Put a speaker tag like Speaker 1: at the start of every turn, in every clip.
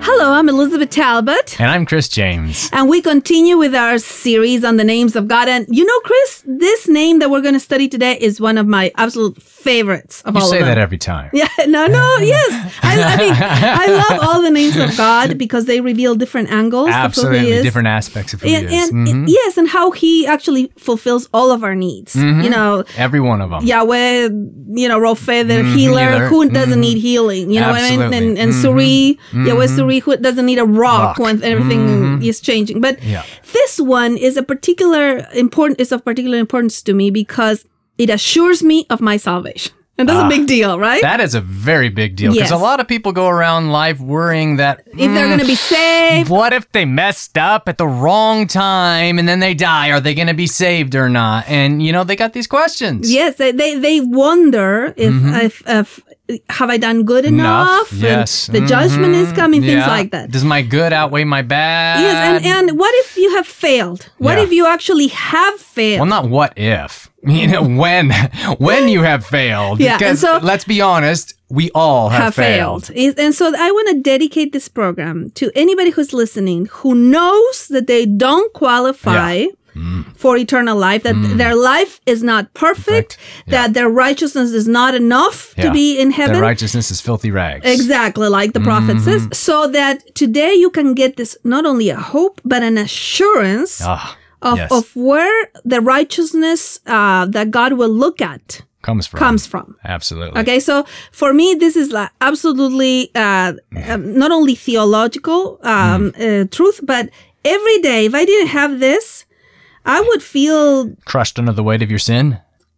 Speaker 1: Hello, I'm Elizabeth Talbot.
Speaker 2: And I'm Chris James.
Speaker 1: And we continue with our series on the names of God. And you know, Chris, this name that we're going to study today is one of my absolute favorites of
Speaker 2: You
Speaker 1: all
Speaker 2: say
Speaker 1: of them.
Speaker 2: that every time.
Speaker 1: yeah, no, no, yes. I, I mean, I love all the names of God because they reveal different angles of who He
Speaker 2: Absolutely
Speaker 1: is.
Speaker 2: different aspects of who
Speaker 1: and,
Speaker 2: he is.
Speaker 1: and-
Speaker 2: Mhm.
Speaker 1: yes, and how He actually fulfills all of our needs.
Speaker 2: Mm-hmm.
Speaker 1: You know,
Speaker 2: Mm. Every one of them.
Speaker 1: Yahweh, you know, Rofe, the
Speaker 2: Mhm,
Speaker 1: healer,
Speaker 2: healer.
Speaker 1: who doesn't need healing, you know, and, and, and,
Speaker 2: Absolutely. Mm-hmm.
Speaker 1: and Suri, Yahweh Suri, who doesn't need a rock,
Speaker 2: Rock. Mm-hmm.
Speaker 1: when everything is changing. But
Speaker 2: Yeah.
Speaker 1: this one is a particular important, is of particular importance to me because it assures me of my salvation. And that's a big deal, right?
Speaker 2: Ah. That is a very big deal because
Speaker 1: Yes.
Speaker 2: a lot of people go around life worrying that "Hmm,
Speaker 1: if they're going to be
Speaker 2: Mm.
Speaker 1: saved,
Speaker 2: what if they messed up at the wrong time and then they die? Are they going to be saved or not? And you know they got these questions.
Speaker 1: yes, they, they, they wonder if, if, if, have I done good
Speaker 2: Mm-hmm. Enough.
Speaker 1: enough? And
Speaker 2: Yes.
Speaker 1: The judgment is
Speaker 2: Mhm.
Speaker 1: coming, things
Speaker 2: Yeah.
Speaker 1: like that.
Speaker 2: Does my good outweigh my bad?
Speaker 1: Yes, and, and what if you have failed? What
Speaker 2: Um, Yeah.
Speaker 1: if you actually have failed?
Speaker 2: well, not what if. You know when when you have failed.
Speaker 1: Yeah, and
Speaker 2: Because
Speaker 1: so-
Speaker 2: let's be honest, we all have,
Speaker 1: Is- And so I want to dedicate this program to anybody who's listening who knows that they don't qualify for eternal life, that their life is not perfect,
Speaker 2: Mm. Perfect. Yeah.
Speaker 1: that their righteousness is not enough to
Speaker 2: Yeah.
Speaker 1: be in
Speaker 2: Their Mm.
Speaker 1: heaven.
Speaker 2: righteousness is filthy rags.
Speaker 1: Exactly, like the prophet says. So that today you can get this not only a hope, but an assurance
Speaker 2: Ah,
Speaker 1: of,
Speaker 2: yes.
Speaker 1: of where the righteousness uh, that God will look at
Speaker 2: comes from.
Speaker 1: comes from.
Speaker 2: Absolutely.
Speaker 1: Okay, so for me, this is like absolutely uh, um, not only theological
Speaker 2: Mm.
Speaker 1: um, uh, truth, but every day, if I didn't have this, I would feel
Speaker 2: Crushed under the weight of your sin.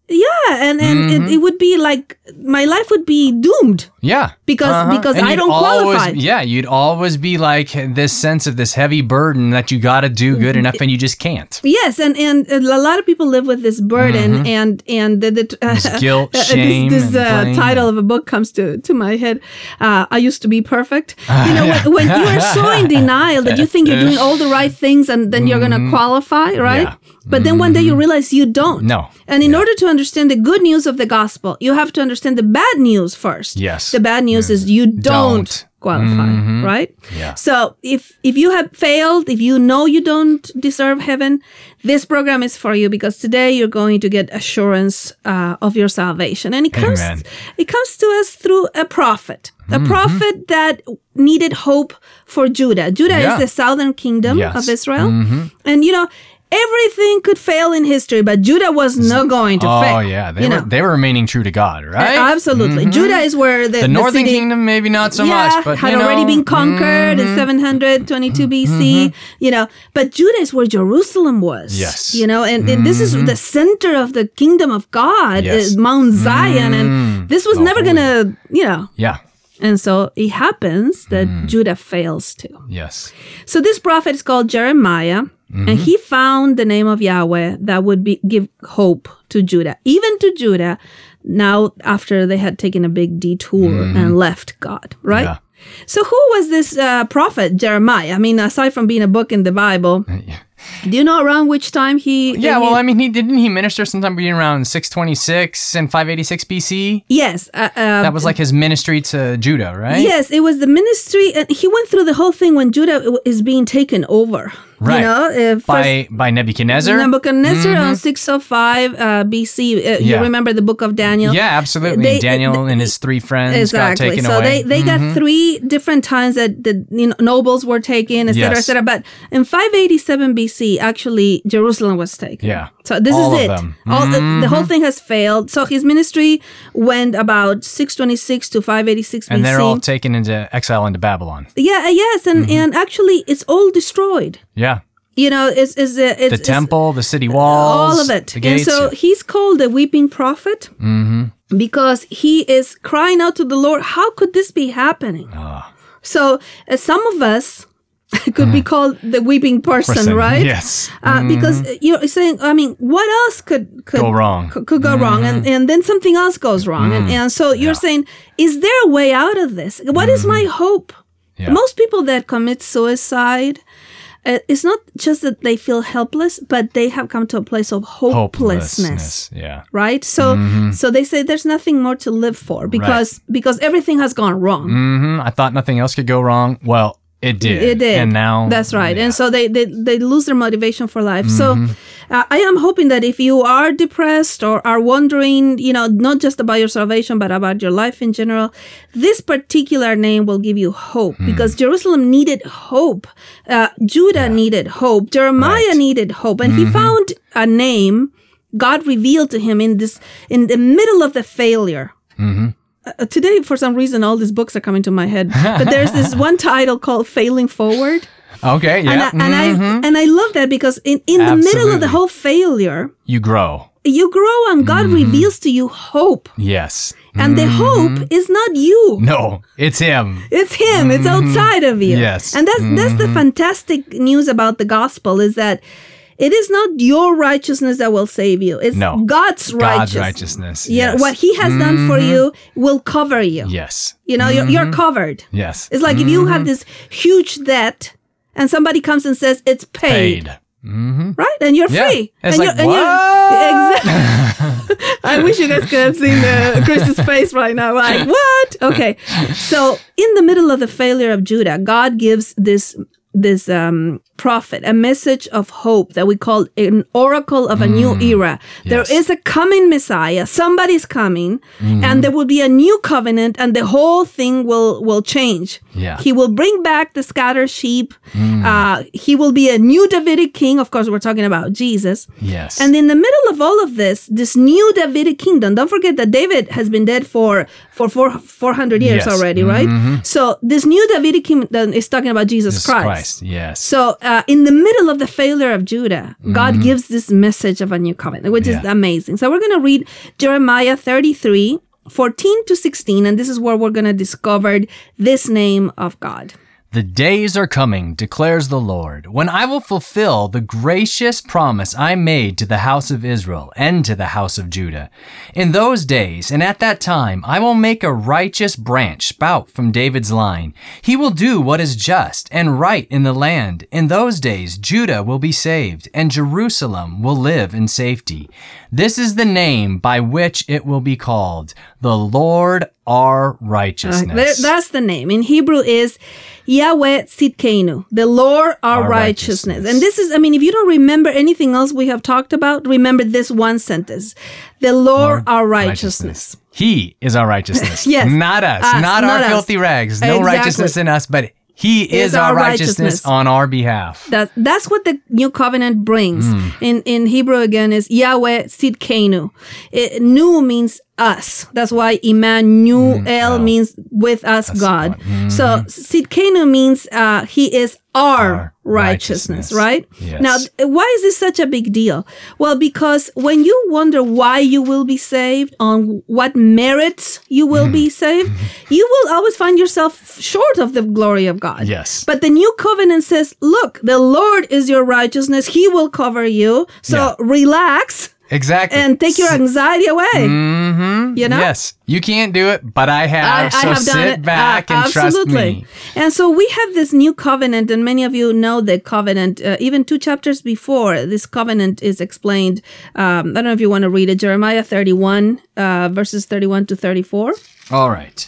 Speaker 1: yeah, and and
Speaker 2: Mm-hmm.
Speaker 1: it, it would be like my life would be doomed
Speaker 2: Yeah.
Speaker 1: because
Speaker 2: Uh-huh.
Speaker 1: because
Speaker 2: And
Speaker 1: I
Speaker 2: you'd
Speaker 1: don't
Speaker 2: always-
Speaker 1: qualify.
Speaker 2: Yeah, you'd always be like this sense of this heavy burden that you got to do
Speaker 1: Mm-hmm.
Speaker 2: good enough and you just can't.
Speaker 1: Yes, and, and a lot of people live with this burden, and and the, the
Speaker 2: Mm-hmm. This guilt,
Speaker 1: this-
Speaker 2: shame,
Speaker 1: This, uh,
Speaker 2: and blame.
Speaker 1: title of a book comes to, to my head. Uh, I used to be perfect. You know, when, when you are so in denial that you think you're doing all the right things, and then you're gonna qualify, right?
Speaker 2: Mm-hmm. Yeah. Mm-hmm.
Speaker 1: But then one day you realize you don't.
Speaker 2: No.
Speaker 1: And in order to understand the good news of the gospel, you have to understand the bad news first.
Speaker 2: Yes.
Speaker 1: The bad news is you don't,
Speaker 2: Don't. Mm-hmm.
Speaker 1: qualify, right?
Speaker 2: Yeah.
Speaker 1: So if if you have failed, if you know you don't deserve heaven, this program is for you because today you're going to get assurance uh, of your salvation, and it comes
Speaker 2: Amen. Mm-hmm.
Speaker 1: it comes to us through a prophet, a prophet that needed hope for Judah. Judah
Speaker 2: Yeah.
Speaker 1: is the southern kingdom
Speaker 2: Yes. Mm-hmm.
Speaker 1: of Israel, and you know. Everything could fail in history, but Judah was not going to fail.
Speaker 2: Oh yeah, they
Speaker 1: you
Speaker 2: were
Speaker 1: know.
Speaker 2: they were remaining true to God, right? Mm-hmm.
Speaker 1: Absolutely. Judah is where the,
Speaker 2: The northern
Speaker 1: city-
Speaker 2: kingdom maybe not so
Speaker 1: yeah,
Speaker 2: much, but
Speaker 1: had
Speaker 2: you know, mm, mm-hmm.
Speaker 1: already been conquered in 722 BC. You know, but Judah is where Jerusalem was.
Speaker 2: Yes. Mm-hmm.
Speaker 1: you know, and, and this is the center of the kingdom of God,
Speaker 2: Yes. Mm-hmm.
Speaker 1: is Mount Zion, and this was never gonna, you know.
Speaker 2: Yeah.
Speaker 1: And so it happens that
Speaker 2: Mm.
Speaker 1: Judah fails too.
Speaker 2: Yes.
Speaker 1: So this prophet is called Jeremiah, and
Speaker 2: Mm-hmm.
Speaker 1: he found the name of Yahweh that would be give hope to Judah, even to Judah. Now, after they had taken a big detour and left God, right?
Speaker 2: Mm-hmm. Yeah.
Speaker 1: So, who was this uh, prophet Jeremiah? I mean, aside from being a book in the Bible, do you know around which time he?
Speaker 2: Uh, Yeah,
Speaker 1: he-
Speaker 2: well, I mean, he didn't he minister sometime between around 626 and 586 BC.
Speaker 1: yes, uh, uh,
Speaker 2: That was like his ministry to Judah, right?
Speaker 1: yes, it was the ministry, and he went through the whole thing when Judah w- is being taken over.
Speaker 2: Right.
Speaker 1: You know, uh, first
Speaker 2: By by Nebuchadnezzar.
Speaker 1: Nebuchadnezzar on 605 uh, BC. Uh,
Speaker 2: Mm-hmm. Yeah.
Speaker 1: You remember the book of Daniel?
Speaker 2: yeah, absolutely.
Speaker 1: They-
Speaker 2: Daniel and his three friends got
Speaker 1: Exactly.
Speaker 2: taken
Speaker 1: So
Speaker 2: away. Mm-hmm.
Speaker 1: they, they got three different times that the you know, nobles were taken, et cetera,
Speaker 2: Yes.
Speaker 1: et cetera. But in 587 BC, actually, Jerusalem was taken.
Speaker 2: Yeah.
Speaker 1: So this
Speaker 2: All of
Speaker 1: is it.
Speaker 2: them. Mm-hmm.
Speaker 1: All the, the whole thing has failed. So his ministry went about 626 to 586 BC.
Speaker 2: and they're all Mm-hmm. taken into exile into Babylon.
Speaker 1: yeah, uh, yes, and, and actually, it's all destroyed.
Speaker 2: Yeah.
Speaker 1: You know, it's it's, uh, it's
Speaker 2: the
Speaker 1: it's-
Speaker 2: temple, the city walls,
Speaker 1: all of it.
Speaker 2: the gates.
Speaker 1: and so he's called the weeping prophet
Speaker 2: Mm-hmm.
Speaker 1: because he is
Speaker 2: Ah.
Speaker 1: crying out to the Lord, How could this be happening? So uh, some of us could be called the weeping person,
Speaker 2: Mm-hmm. Person.
Speaker 1: right?
Speaker 2: Yes. Mm-hmm.
Speaker 1: Uh, because you're saying, I mean, what else could, could
Speaker 2: Go wrong.
Speaker 1: could, could go wrong and,
Speaker 2: Mm-hmm.
Speaker 1: and then something else goes wrong and, and so you're saying is there a way out of this What is my hope
Speaker 2: Mm-hmm. Yeah.
Speaker 1: most people that commit suicide uh, it's not just that they feel helpless but they have come to a place of hopelessness,
Speaker 2: Hopelessness. Mm-hmm. Yeah.
Speaker 1: right so so they say there's nothing more to live for because because everything has gone wrong
Speaker 2: hmm I thought nothing else could go wrong. Well, it did.
Speaker 1: It did.
Speaker 2: And now
Speaker 1: that's right. And so they, they they lose their motivation for life.
Speaker 2: Mm-hmm.
Speaker 1: So uh, I am hoping that if you are depressed or are wondering, you know, not just about your salvation but about your life in general, this particular name will give you hope
Speaker 2: Hmm.
Speaker 1: because Jerusalem needed hope. Uh, Judah needed hope. Jeremiah
Speaker 2: Right. Mm-hmm.
Speaker 1: needed hope, and he found a name God revealed to him in this in the middle of the failure uh, today for some reason all these books are coming to my head but there's this one title called failing forward
Speaker 2: Okay. Yeah. Mm-hmm.
Speaker 1: and, I, and I and I love that because in, in the middle of
Speaker 2: Absolutely.
Speaker 1: the whole failure
Speaker 2: you grow.
Speaker 1: you grow and God
Speaker 2: Mm-hmm.
Speaker 1: reveals to you hope
Speaker 2: Yes.
Speaker 1: and the
Speaker 2: Mm-hmm.
Speaker 1: hope is not you
Speaker 2: No, it's him.
Speaker 1: it's him it's outside of you
Speaker 2: Mm-hmm. Yes. Mm-hmm.
Speaker 1: and that's that's the fantastic news about the gospel is that it is not your righteousness that will save you it's
Speaker 2: No.
Speaker 1: God's righteousness
Speaker 2: God's righteousness.
Speaker 1: yeah
Speaker 2: Yes. Mm-hmm.
Speaker 1: what he has done for you will cover you
Speaker 2: Yes.
Speaker 1: you know you're,
Speaker 2: Mm-hmm.
Speaker 1: you're covered
Speaker 2: Yes.
Speaker 1: It's like if you have
Speaker 2: Mm-hmm.
Speaker 1: this huge debt and somebody comes and says it's paid,
Speaker 2: Paid.
Speaker 1: right? And you're
Speaker 2: Mm-hmm. Yeah.
Speaker 1: free.
Speaker 2: It's
Speaker 1: and
Speaker 2: like,
Speaker 1: you're, exactly. I wish you guys could have seen uh, Chris's face right now. Like what? Okay. So in the middle of the failure of Judah, God gives this this um, prophet a message of hope that we call an oracle of a new era.
Speaker 2: Mm. Yes.
Speaker 1: There is a coming Messiah. Somebody's coming,
Speaker 2: Mm.
Speaker 1: and there will be a new covenant, and the whole thing will will change.
Speaker 2: Yeah.
Speaker 1: He will bring back the scattered sheep. Uh, he will be a new Davidic king. Of course, we're talking about Jesus.
Speaker 2: Yes.
Speaker 1: And in the middle of all of this, this new Davidic kingdom, don't forget that David has been dead for for four, 400 years
Speaker 2: Yes.
Speaker 1: already, right? So this new Davidic kingdom is talking about Jesus,
Speaker 2: Jesus
Speaker 1: Christ.
Speaker 2: Christ. Yes.
Speaker 1: So uh, in the middle of the failure of Judah, God gives this message of a new covenant, which is
Speaker 2: Yeah.
Speaker 1: amazing. So we're going to read Jeremiah 33, 14 to 16, and this is where we're going to discover this name of God.
Speaker 2: The days are coming, declares the Lord, when I will fulfill the gracious promise I made to the house of Israel and to the house of Judah. In those days and at that time, I will make a righteous branch spout from David's line. He will do what is just and right in the land. In those days, Judah will be saved, and Jerusalem will live in safety. This is the name by which it will be called the Lord our
Speaker 1: Uh,
Speaker 2: righteousness.
Speaker 1: there- that's the name. In Hebrew is Yahweh Tzidkenu, the Lord our,
Speaker 2: Our
Speaker 1: righteousness.
Speaker 2: righteousness.
Speaker 1: And this is, I mean, if you don't remember anything else we have talked about, remember this one sentence. The Lord, our righteousness.
Speaker 2: He is our righteousness.
Speaker 1: Yes.
Speaker 2: Not us.
Speaker 1: Us,
Speaker 2: not, our
Speaker 1: not us.
Speaker 2: filthy rags. No
Speaker 1: Exactly.
Speaker 2: righteousness in us, but He is, our, righteousness, on our behalf.
Speaker 1: That, that's what the new covenant brings.
Speaker 2: Hmm.
Speaker 1: In in Hebrew again is Yahweh Sidkenu. It, nu means us. That's why
Speaker 2: Hmm,
Speaker 1: Emmanuel means with us God. So Sidkenu means uh, he is our,
Speaker 2: Our righteousness.
Speaker 1: righteousness, right?
Speaker 2: Yes.
Speaker 1: Now th- why is this such a big deal? Well, because when you wonder why you will be saved, on what merits you will be
Speaker 2: Mm-hmm.
Speaker 1: saved, you will always find yourself short of the glory of God.
Speaker 2: Yes.
Speaker 1: But the new covenant says, look, the Lord is your righteousness. He will cover you. So
Speaker 2: Yeah.
Speaker 1: relax
Speaker 2: Exactly.
Speaker 1: and take your anxiety away.
Speaker 2: Mm-hmm.
Speaker 1: You know?
Speaker 2: Yes. You can't do it, but I have. so sit back
Speaker 1: Uh,
Speaker 2: and trust me.
Speaker 1: And so we have this new covenant, and many of you know the covenant. Uh, even two chapters before, this covenant is explained. Um, I don't know if you want to read it, Jeremiah 31, uh, verses 31 to 34.
Speaker 2: All right.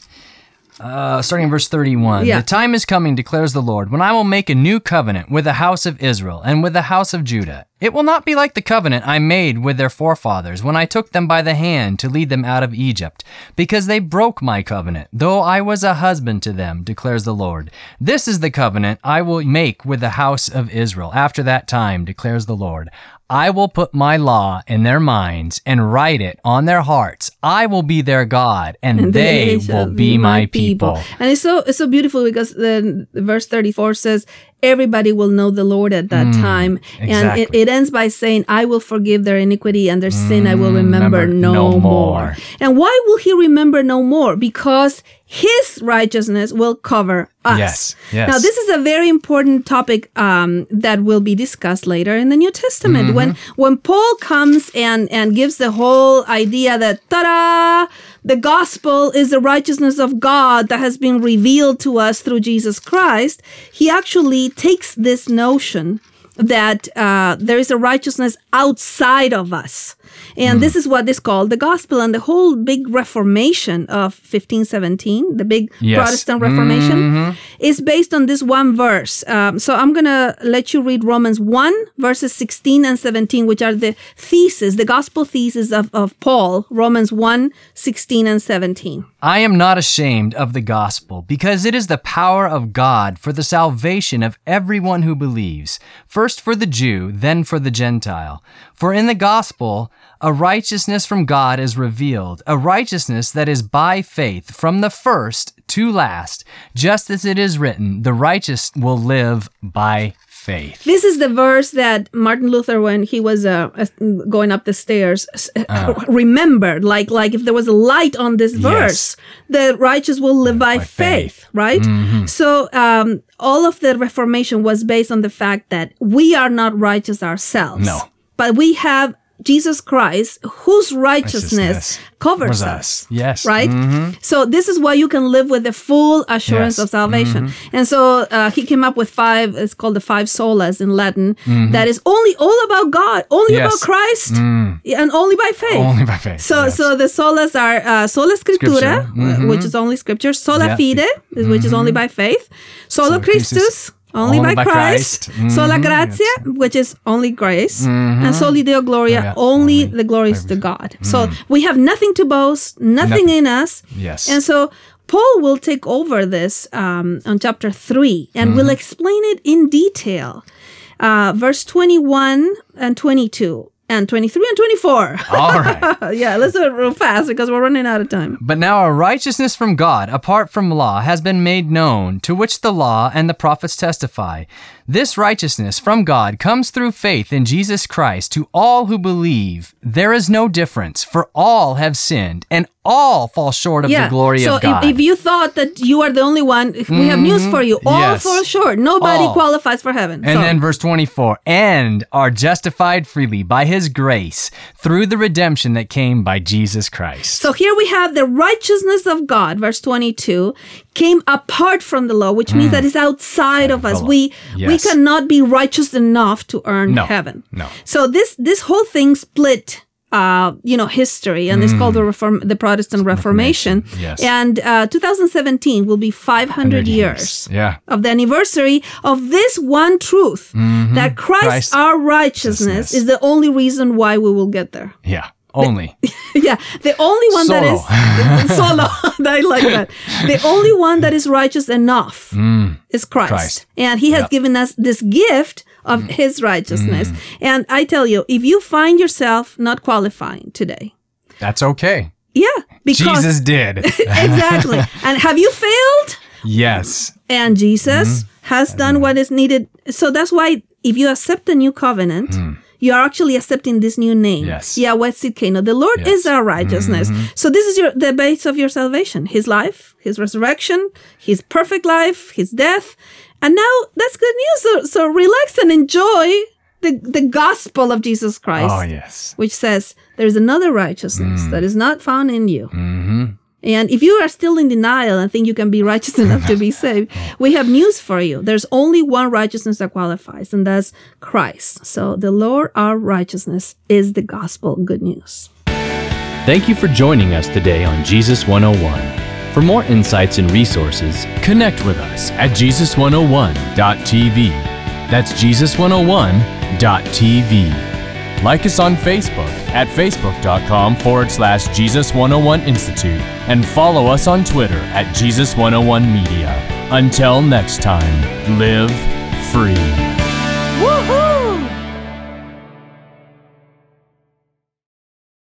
Speaker 2: Uh, starting in verse 31.
Speaker 1: Yeah.
Speaker 2: The time is coming, declares the Lord, when I will make a new covenant with the house of Israel and with the house of Judah. It will not be like the covenant I made with their forefathers when I took them by the hand to lead them out of Egypt, because they broke my covenant, though I was a husband to them, declares the Lord. This is the covenant I will make with the house of Israel after that time, declares the Lord. I will put my law in their minds and write it on their hearts. I will be their God, and they
Speaker 1: shall
Speaker 2: will be my people.
Speaker 1: And it's so it's so beautiful because then verse 34 says, everybody will know the Lord at that time. And it,
Speaker 2: Mm, exactly.
Speaker 1: it ends by saying, I will forgive their iniquity and their sin I will remember,
Speaker 2: Mm, remember
Speaker 1: no,
Speaker 2: no
Speaker 1: more.
Speaker 2: more.
Speaker 1: And why will he remember no more? Because his righteousness will cover us.
Speaker 2: Yes, yes.
Speaker 1: Now, this is a very important topic um, that will be discussed later in the New Testament. When when Paul comes and, and gives the whole idea that, ta da, the gospel is the righteousness of God that has been revealed to us through Jesus Christ, he actually takes this notion that uh, there is a righteousness outside of us. And this is what is called the gospel. And the whole big reformation of 1517, the big
Speaker 2: Yes.
Speaker 1: Protestant Reformation, is based on this one verse. Um, so I'm going to let you read Romans 1, verses 16 and 17, which are the thesis, the gospel thesis of, of Paul, Romans 1, 16 and 17.
Speaker 3: I am not ashamed of the gospel, because it is the power of God for the salvation of everyone who believes, first for the Jew, then for the Gentile. For in the gospel, a righteousness from God is revealed, a righteousness that is by faith from the first to last, just as it is written, the righteous will live by faith.
Speaker 1: This is the verse that Martin Luther, when he was uh, uh, going up the stairs, s- uh, remembered. Like, like if there was a light on this verse, the righteous will live by,
Speaker 2: by
Speaker 1: faith,
Speaker 2: faith.
Speaker 1: right? So, um, all of the Reformation was based on the fact that we are not righteous ourselves.
Speaker 2: No.
Speaker 1: But we have Jesus Christ, whose righteousness,
Speaker 2: Righteousness
Speaker 1: covers
Speaker 2: Was
Speaker 1: us
Speaker 2: us. Yes. Mm-hmm.
Speaker 1: right? So this is why you can live with the full assurance
Speaker 2: Yes. Mm-hmm.
Speaker 1: of salvation. And so uh, he came up with five. It's called the five solas in Latin. that is only all about God, only
Speaker 2: Mm-hmm. Yes. Mm.
Speaker 1: about Christ, and only by faith.
Speaker 3: Mm,
Speaker 2: Only by faith.
Speaker 1: so,
Speaker 2: yes.
Speaker 1: so the solas are uh, sola scriptura,
Speaker 2: Scripture.
Speaker 1: uh, which is only scripture, sola
Speaker 2: Yeah.
Speaker 1: fide, which is only by faith, sola Mm-hmm. Christus,
Speaker 2: Christus,
Speaker 1: only, by, Christ, Mm-hmm. sola
Speaker 2: Mhm.
Speaker 1: gratia, which is only grace, and soli deo Mm-hmm. gloria,
Speaker 2: Yeah.
Speaker 1: only the glories to God. So we have nothing to boast, nothing in us.
Speaker 2: Yes.
Speaker 1: And so Paul will take over this um, on chapter 3 and will explain it in detail. Uh, verse 21 and 22 and 23 and 24.
Speaker 2: All right.
Speaker 1: Uh, yeah, let's do it real fast because we're running out of time.
Speaker 3: But now a righteousness from God, apart from law, has been made known, to which the law and the prophets testify. This righteousness from God comes through faith in Jesus Christ to all who believe. There is no difference, for all have sinned, and all fall short of
Speaker 1: Yeah.
Speaker 3: the glory
Speaker 1: so
Speaker 3: of God.
Speaker 1: If, if you thought that you are the only one, we have news for you. All
Speaker 2: Yes.
Speaker 1: fall short. Nobody
Speaker 3: All.
Speaker 1: qualifies for heaven.
Speaker 3: and
Speaker 1: so,
Speaker 3: then verse 24, and are justified freely by his grace through the redemption that came by Jesus Christ.
Speaker 1: so here we have the righteousness of God, verse 22, came apart from the law, which means that it's outside of us.
Speaker 2: law.
Speaker 1: We we
Speaker 2: Yes.
Speaker 1: cannot be righteous enough to earn
Speaker 2: No.
Speaker 1: heaven.
Speaker 2: No.
Speaker 1: So this this whole thing split, uh, you know, history, and it's called the reform, the Protestant Reformation.
Speaker 2: Yes.
Speaker 1: And uh, 2017 will be 500 years.
Speaker 2: Yeah.
Speaker 1: Of the anniversary of this one truth
Speaker 3: Mm-hmm.
Speaker 1: that Christ,
Speaker 2: Christ-
Speaker 1: our righteousness,
Speaker 2: Mm-hmm. righteousness.
Speaker 1: is the only reason why we will get there.
Speaker 2: Yeah. Only.
Speaker 1: yeah, the only one
Speaker 3: Solo.
Speaker 1: that is solo. I like that. The only one that is righteous enough
Speaker 3: Mm.
Speaker 1: is Christ.
Speaker 2: Mm-hmm. Christ. Mm-hmm.
Speaker 1: And he has given us this gift of his righteousness. And I tell you, if you find yourself not qualifying today,
Speaker 2: That's okay.
Speaker 1: yeah, because
Speaker 2: Jesus did.
Speaker 1: exactly. and have you failed?
Speaker 2: yes.
Speaker 1: And Jesus
Speaker 2: Mm-hmm.
Speaker 1: has done what is needed. So that's why if you accept the new covenant, you are actually accepting this new name.
Speaker 2: Mm. Yes. Mm-hmm.
Speaker 1: Yahweh Sidkenu. The Lord is our righteousness. So this is your the base of your salvation. His life, his resurrection, his perfect life, his death. And now that's good news. So, so relax and enjoy the, the gospel of Jesus Christ,
Speaker 2: Oh yes.
Speaker 1: which says there's another righteousness that is not found in you.
Speaker 2: Mm-hmm.
Speaker 1: And if you are still in denial and think you can be righteous enough to be saved, we have news for you. There's only one righteousness that qualifies, and that's Christ. So the Lord, our righteousness, is the gospel good news.
Speaker 2: Thank you for joining us today on Jesus 101. For more insights and resources, connect with us at Jesus101.tv. That's Jesus101.tv. Like us on Facebook at facebook.com forward slash Jesus101 Institute and follow us on Twitter at Jesus101 Media. Until next time, live free.
Speaker 1: Woohoo!